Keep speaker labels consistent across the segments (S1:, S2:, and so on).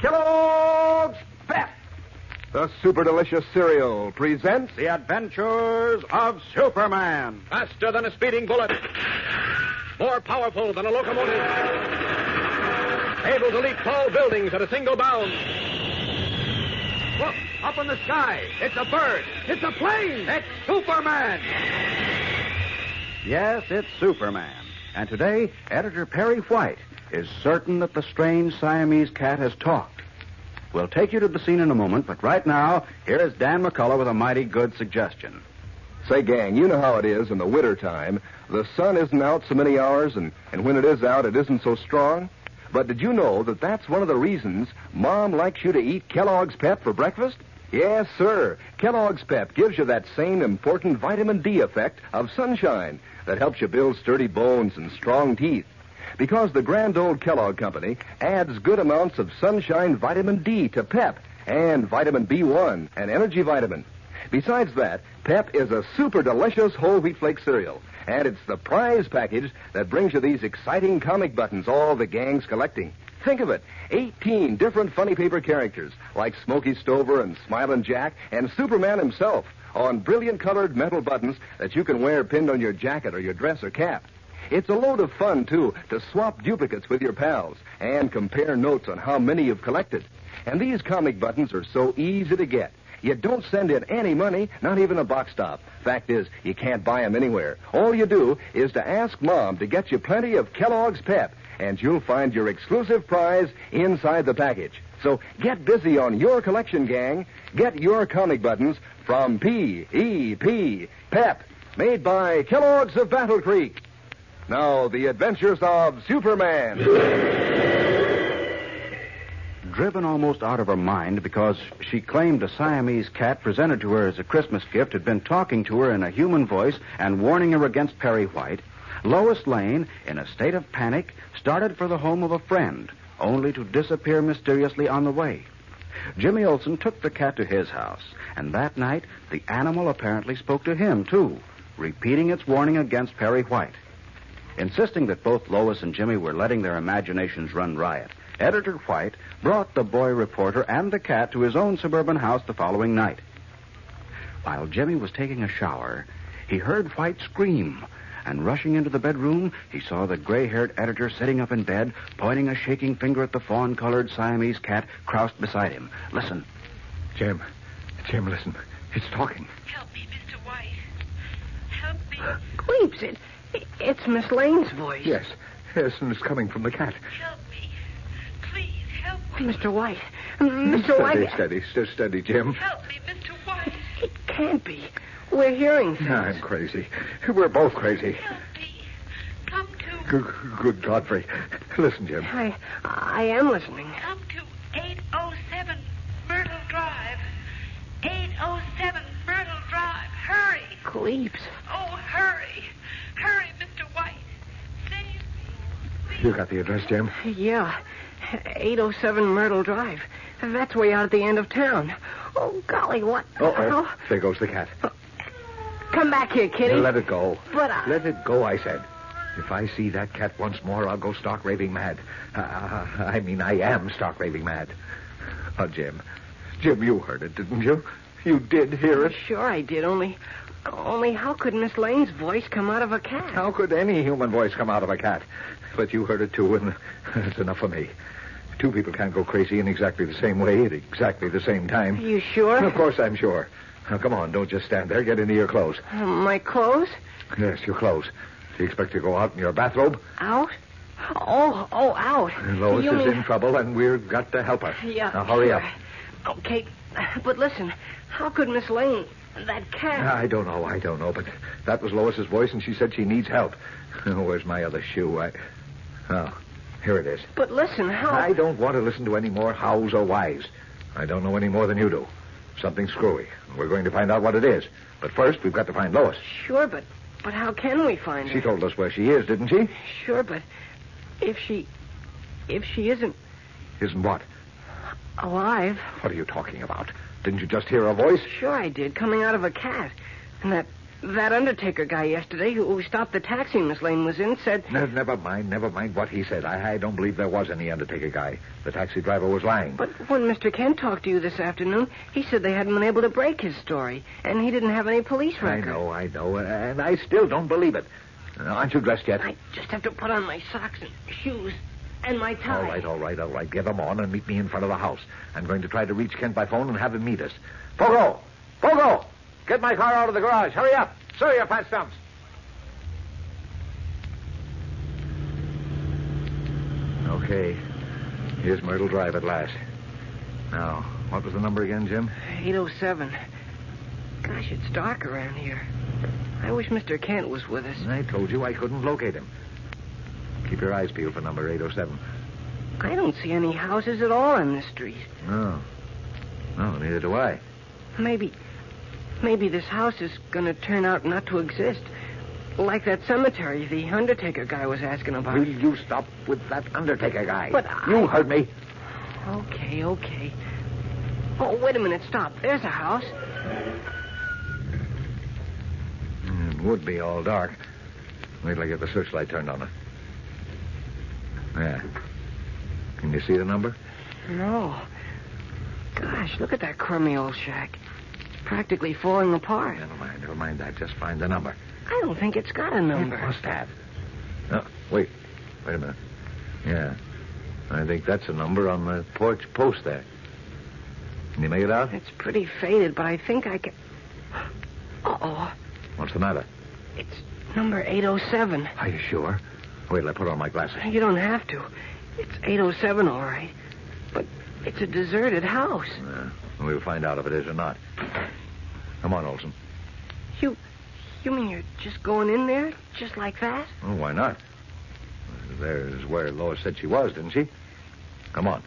S1: Kellogg's Pep.
S2: The super delicious cereal presents.
S1: The Adventures of Superman. Faster than a speeding bullet. More powerful than a locomotive. Able to leap tall buildings at a single bound. Look, up in the sky. It's a bird. It's a plane. It's Superman. Yes, it's Superman. And today, editor Perry White is certain that the strange Siamese cat has talked. We'll take you to the scene in a moment, but right now, here is Dan McCullough with a mighty good suggestion.
S2: Say, gang, you know how it is in the winter time. The sun isn't out so many hours, and, and when it is out, it isn't so strong. But did you know that that's one of the reasons Mom likes you to eat Kellogg's Pep for breakfast? Yes, sir. Kellogg's Pep gives you that same important vitamin D effect of sunshine that helps you build sturdy bones and strong teeth. Because the grand old Kellogg Company adds good amounts of sunshine vitamin D to Pep and vitamin B1, an energy vitamin. Besides that, Pep is a super delicious whole wheat flake cereal, and it's the prize package that brings you these exciting comic buttons all the gang's collecting. Think of it 18 different funny paper characters like Smoky Stover and Smiling Jack and Superman himself on brilliant colored metal buttons that you can wear pinned on your jacket or your dress or cap. It's a load of fun, too, to swap duplicates with your pals and compare notes on how many you've collected. And these comic buttons are so easy to get. You don't send in any money, not even a box top. Fact is, you can't buy 'em anywhere. All you do is to ask Mom to get you plenty of Kellogg's Pep, and you'll find your exclusive prize inside the package. So get busy on your collection, gang. Get your comic buttons from P.E.P. Pep, made by Kellogg's of Battle Creek. Now, the adventures of Superman.
S1: driven almost out of her mind because she claimed a Siamese cat presented to her as a Christmas gift had been talking to her in a human voice and warning her against Perry White, Lois Lane, in a state of panic, started for the home of a friend, only to disappear mysteriously on the way. Jimmy Olsen took the cat to his house, and that night the animal apparently spoke to him, too, repeating its warning against Perry White. Insisting that both Lois and Jimmy were letting their imaginations run riot, Editor White brought the boy reporter and the cat to his own suburban house the following night. While Jimmy was taking a shower, he heard White scream, and rushing into the bedroom, he saw the gray haired editor sitting up in bed, pointing a shaking finger at the fawn colored Siamese cat crouched beside him. Listen.
S3: Jim, Jim, listen. It's talking.
S4: Help me, Mr. White. Help me.
S5: Weeps, it, it's Miss Lane's voice.
S3: Yes. Yes, and it's coming from the cat.
S4: Help me. Please help me.
S5: Mr. White. Mr.
S3: Steady,
S5: White.
S3: steady, steady, steady, Jim.
S4: Help me, Mr. White.
S5: It can't be. We're hearing things.
S3: I'm crazy. We're both crazy.
S4: Help me. Come to.
S3: Good, good Godfrey. Listen, Jim.
S5: I, I am listening.
S4: Come to 807 Myrtle Drive. 807 Myrtle Drive. Hurry.
S5: Weeps.
S4: Oh, hurry. Hurry, Mr. White. Save me.
S3: You
S4: Please.
S3: got the address, Jim?
S5: Yeah. 807 Myrtle Drive. That's way out at the end of town. Oh, golly, what?
S3: Uh-oh. There goes the cat.
S5: Come back here, Kitty.
S3: Let it go.
S5: But uh, I-
S3: Let it go, I said. If I see that cat once more, I'll go stark raving mad. Uh, I mean, I am stark raving mad. Oh, Jim. Jim, you heard it, didn't you? You did hear it.
S5: Sure I did, only... Only how could Miss Lane's voice come out of a cat?
S3: How could any human voice come out of a cat? But you heard it too, and it's enough for me. Two people can't go crazy in exactly the same way at exactly the same
S5: Are
S3: time.
S5: you sure?
S3: Of course, I'm sure. Now, come on, don't just stand there. Get into your clothes.
S5: Uh, my clothes?
S3: Yes, your clothes. Do you expect to go out in your bathrobe?
S5: Out? Oh, oh, out.
S3: Lois
S5: you
S3: is
S5: mean...
S3: in trouble, and we've got to help her.
S5: Yeah.
S3: Now, hurry
S5: sure.
S3: up.
S5: Okay, but listen, how could Miss Lane, that cat?
S3: I don't know, I don't know, but that was Lois's voice, and she said she needs help. Oh, where's my other shoe? I. Oh. Here it is.
S5: But listen, how.
S3: I don't want to listen to any more hows or whys. I don't know any more than you do. Something's screwy. and We're going to find out what it is. But first, we've got to find Lois.
S5: Sure, but. But how can we find
S3: She
S5: her?
S3: told us where she is, didn't she?
S5: Sure, but. If she. If she isn't
S3: Isn't what?
S5: alive.
S3: What are you talking about? Didn't you just hear a voice?
S5: Sure, I did, coming out of a cat. And that. That undertaker guy yesterday who who stopped the taxi Miss Lane was in said.
S3: Ne- never mind, never mind what he said. I, I don't believe there was any undertaker guy. The taxi driver was lying.
S5: But when Mr. Kent talked to you this afternoon, he said they hadn't been able to break his story, and he didn't have any police
S3: I
S5: record.
S3: know, I know, uh, and I still don't believe it. Uh, Aren't you dressed yet?
S5: I just have to put on my socks and shoes and my tie.
S3: All right, all right, all right. Get them on and meet me in front of the house. I'm going to try to reach Kent by phone and have him meet us. Pogo! Pogo! Get my car out of the garage. Hurry up. Sir, your fat stumps. Okay. Here's Myrtle Drive at last. Now, what was the number again, Jim?
S5: 807. Gosh, it's dark around here. I wish Mr. Kent was with us.
S3: I told you I couldn't locate him. Keep your eyes peeled for number 807.
S5: I don't see any houses at all in this street.
S3: No. No, neither do I.
S5: Maybe. Maybe this house is going to turn out not to exist. Like that cemetery the undertaker guy was asking about.
S3: Will you stop with that undertaker guy?
S5: But I-
S3: You heard me.
S5: Okay, okay. Oh, wait a minute, stop. There's a house.
S3: It would be all dark. Wait till I get the searchlight turned on it. There. Can you see the number?
S5: No. Gosh, look at that crummy old shack. Practically falling apart.
S3: Never mind, never mind that. Just find the number.
S5: I don't think it's got a number.
S3: It must have. No, wait. Wait a minute. Yeah. I think that's a number on the porch post there. Can you make it out?
S5: It's pretty faded, but I think I can. Uh oh.
S3: What's the matter?
S5: It's number 807.
S3: Are you sure? Wait till I put on my glasses.
S5: You don't have to. It's 807, all right. But it's a deserted house.
S3: Uh, we'll find out if it is or not. Come on, Olson.
S5: You. You mean you're just going in there? Just like that?
S3: Well, Oh, why not? There's where Lois said she was, didn't she? Come on.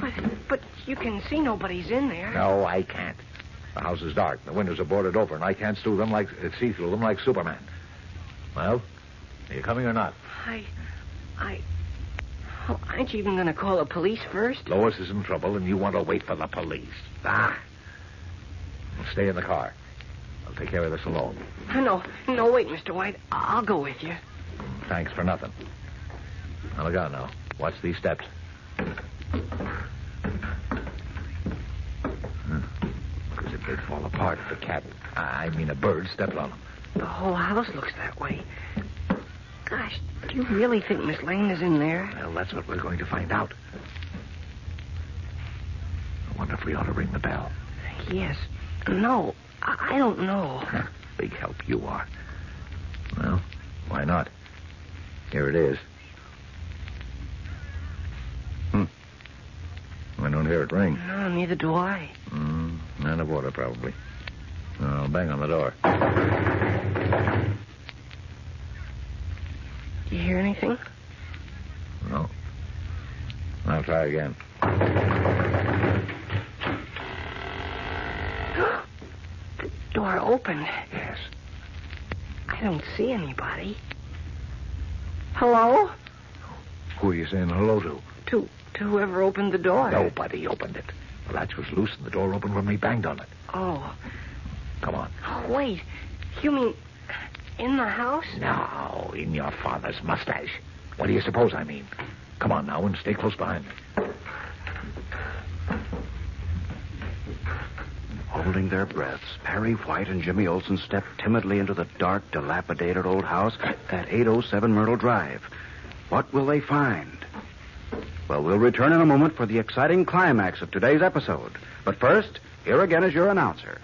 S5: But, but you can see nobody's in there.
S3: No, I can't. The house is dark. The windows are boarded over, and I can't see through them like uh, see through them like Superman. Well, are you coming or not?
S5: I. I. Oh, aren't you even going to call the police first?
S3: Lois is in trouble, and you want to wait for the police. Ah. Stay in the car. I'll take care of this alone.
S5: Oh, no, no, wait, Mr. White. I- I'll go with you.
S3: Thanks for nothing. Now look out now. Watch these steps. Because it did fall apart if a cat, I I mean a bird, stepped on them.
S5: The whole house Oh, looks that way. Gosh, do you really think Miss Lane is in there?
S3: Well, that's what we're going to find out. I wonder if we ought to ring the bell.
S5: Yes. No, I, I don't know.
S3: Big help you are. Well, why not? Here it is. Hmm. I don't hear it ring.
S5: No, neither do I.
S3: Mm, out of order, probably. I'll bang on the door.
S5: You hear anything?
S3: No. I'll try again.
S5: The door opened.
S3: Yes.
S5: I don't see anybody. Hello?
S3: Who are you saying hello to?
S5: To, to whoever opened the door.
S3: Nobody opened it. The latch was loose and the door opened when we banged on it.
S5: Oh.
S3: Come on.
S5: Oh, wait. You mean in the house?
S3: Now, in your father's mustache. What do you suppose I mean? Come on now and stay close behind me.
S1: Holding their breaths, Perry White and Jimmy Olsen stepped timidly into the dark, dilapidated old house at 807 Myrtle Drive. What will they find? Well, we'll return in a moment for the exciting climax of today's episode. But first, here again is your announcer.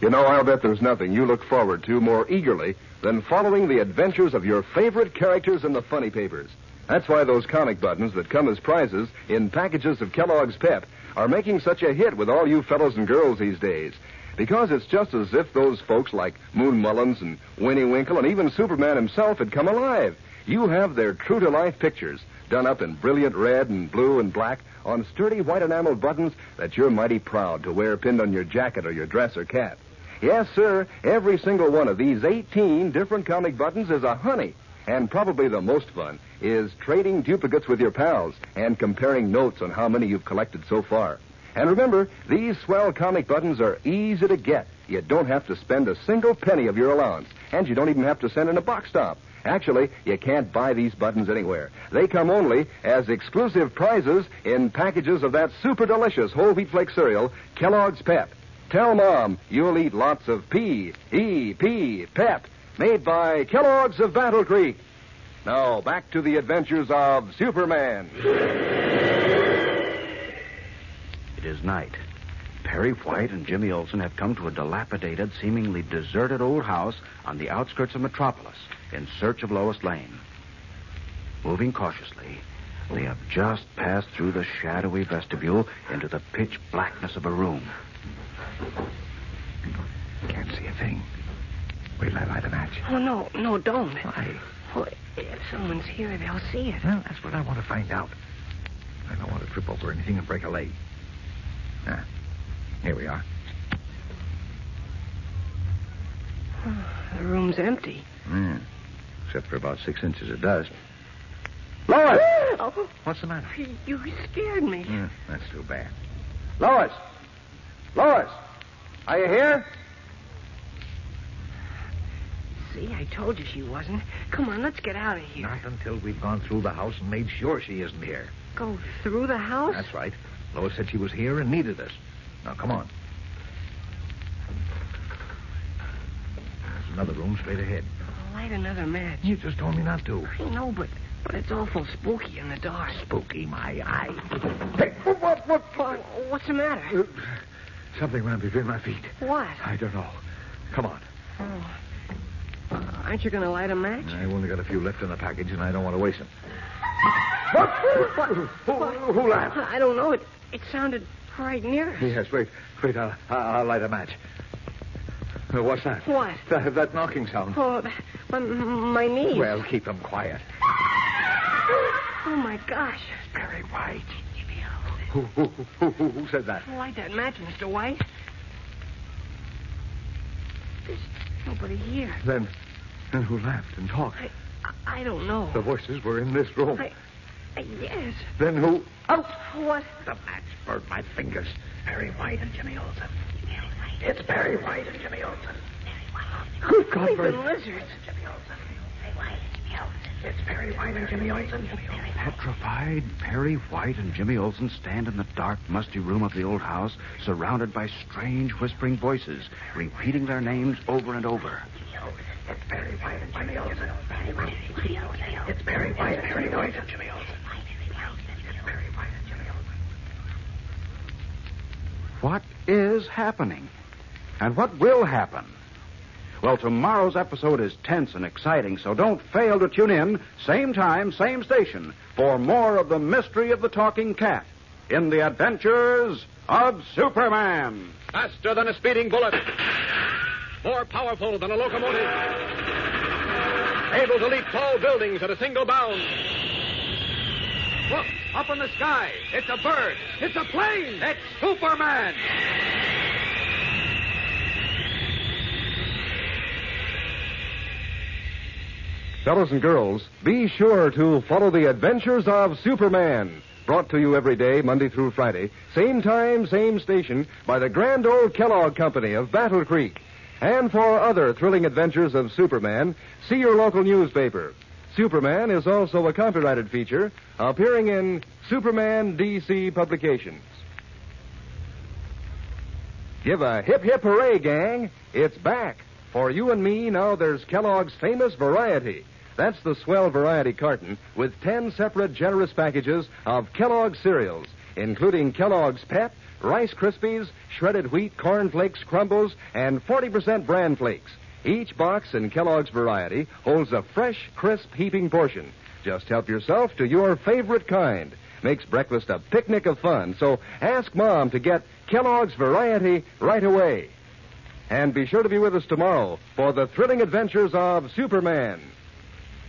S2: You know, I'll bet there's nothing you look forward to more eagerly than following the adventures of your favorite characters in the funny papers. That's why those comic buttons that come as prizes in packages of Kellogg's Pep are making such a hit with all you fellows and girls these days. Because it's just as if those folks like Moon Mullins and Winnie Winkle and even Superman himself had come alive. You have their true to life pictures, done up in brilliant red and blue and black on sturdy white enameled buttons that you're mighty proud to wear pinned on your jacket or your dress or cap. Yes, sir, every single one of these 18 different comic buttons is a honey. And probably the most fun is trading duplicates with your pals and comparing notes on how many you've collected so far. And remember, these swell comic buttons are easy to get. You don't have to spend a single penny of your allowance, and you don't even have to send in a box top. Actually, you can't buy these buttons anywhere. They come only as exclusive prizes in packages of that super delicious whole wheat flake cereal, Kellogg's Pep. Tell Mom you'll eat lots of P E P Pep, made by Kellogg's of Battle Creek. Now, back to the adventures of Superman.
S1: It is night. Perry White and Jimmy Olsen have come to a dilapidated, seemingly deserted old house on the outskirts of Metropolis in search of Lois Lane. Moving cautiously, they have just passed through the shadowy vestibule into the pitch blackness of a room.
S3: Can't see a thing. Wait till I light a match.
S5: Oh, no, no, don't.
S3: Why?
S5: Well, if someone's here, they'll see it.
S3: Well, that's what I want to find out. I don't want to trip over anything and break a leg. Ah, here we are.
S5: The room's empty.
S3: Hmm. Except for about six inches of dust.
S1: Lois!
S5: Oh,
S3: What's the matter?
S5: you scared me.
S3: Hmm, that's too bad.
S1: Lois! Lois! Are you here?
S5: See, I told you she wasn't. Come on, let's get out of here.
S3: Not until we've gone through the house and made sure she isn't here.
S5: Go through the house?
S3: That's right. Lois said she was here and needed us. Now, come on. There's another room straight ahead.
S5: I'll light another match.
S3: You just told me not to.
S5: I know, but but it's awful spooky in the dark.
S3: Spooky my eye.
S5: Well, what's the matter?
S3: Something ran between my feet.
S5: What?
S3: I don't know. Come on.
S5: Oh. Aren't you going to light a match?
S3: I've only got a few left in the package, and I don't want to waste them. What? Who, who laughed?
S5: I don't know. It it sounded right near us.
S3: Yes, wait. Wait, I'll, I'll light a match. Uh, What's that?
S5: What?
S3: That, that knocking sound.
S5: Oh, that- my, my knees.
S3: Well, keep them quiet.
S5: Oh, my gosh.
S3: Very white. Who, who, who, who, who said that?
S5: Light that match, Mr. White. There's nobody here.
S3: Then, then who laughed and talked?
S5: I, I, I don't know.
S3: The voices were in this room.
S5: I, I, yes.
S3: Then who?
S5: Oh, what?
S3: The match burned my fingers. Perry White and Jimmy Olsen. It's Perry White and Jimmy Olsen. Good God,
S5: Sleeping
S3: Perry.
S5: lizards.
S3: It's Perry White and Jimmy Olsen.
S1: Petrified, Perry White and Jimmy Olsen stand in the dark, musty room of the old house, surrounded by strange whispering voices, repeating their names over and over.
S3: It's Perry White and Jimmy Olsen. It's Perry White and Jimmy Olsen. Jimmy Olsen.
S1: What is happening? And what will happen? Well, tomorrow's episode is tense and exciting, so don't fail to tune in, same time, same station, for more of the mystery of the talking cat in the adventures of Superman.
S6: Faster than a speeding bullet. More powerful than a locomotive. Able to leap tall buildings at a single bound. Look, up in the sky. It's a bird. It's a plane. It's Superman.
S2: Fellows and girls, be sure to follow the adventures of Superman. Brought to you every day, Monday through Friday, same time, same station, by the grand old Kellogg Company of Battle Creek. And for other thrilling adventures of Superman, see your local newspaper. Superman is also a copyrighted feature appearing in Superman DC Publications. Give a hip hip hooray, gang. It's back. For you and me, now there's Kellogg's famous variety. That's the swell variety carton with 10 separate generous packages of Kellogg's cereals, including Kellogg's Pep, Rice Krispies, shredded wheat, corn flakes, crumbles, and 40% bran flakes. Each box in Kellogg's variety holds a fresh, crisp, heaping portion. Just help yourself to your favorite kind. Makes breakfast a picnic of fun, so ask Mom to get Kellogg's Variety right away. And be sure to be with us tomorrow for the thrilling adventures of Superman.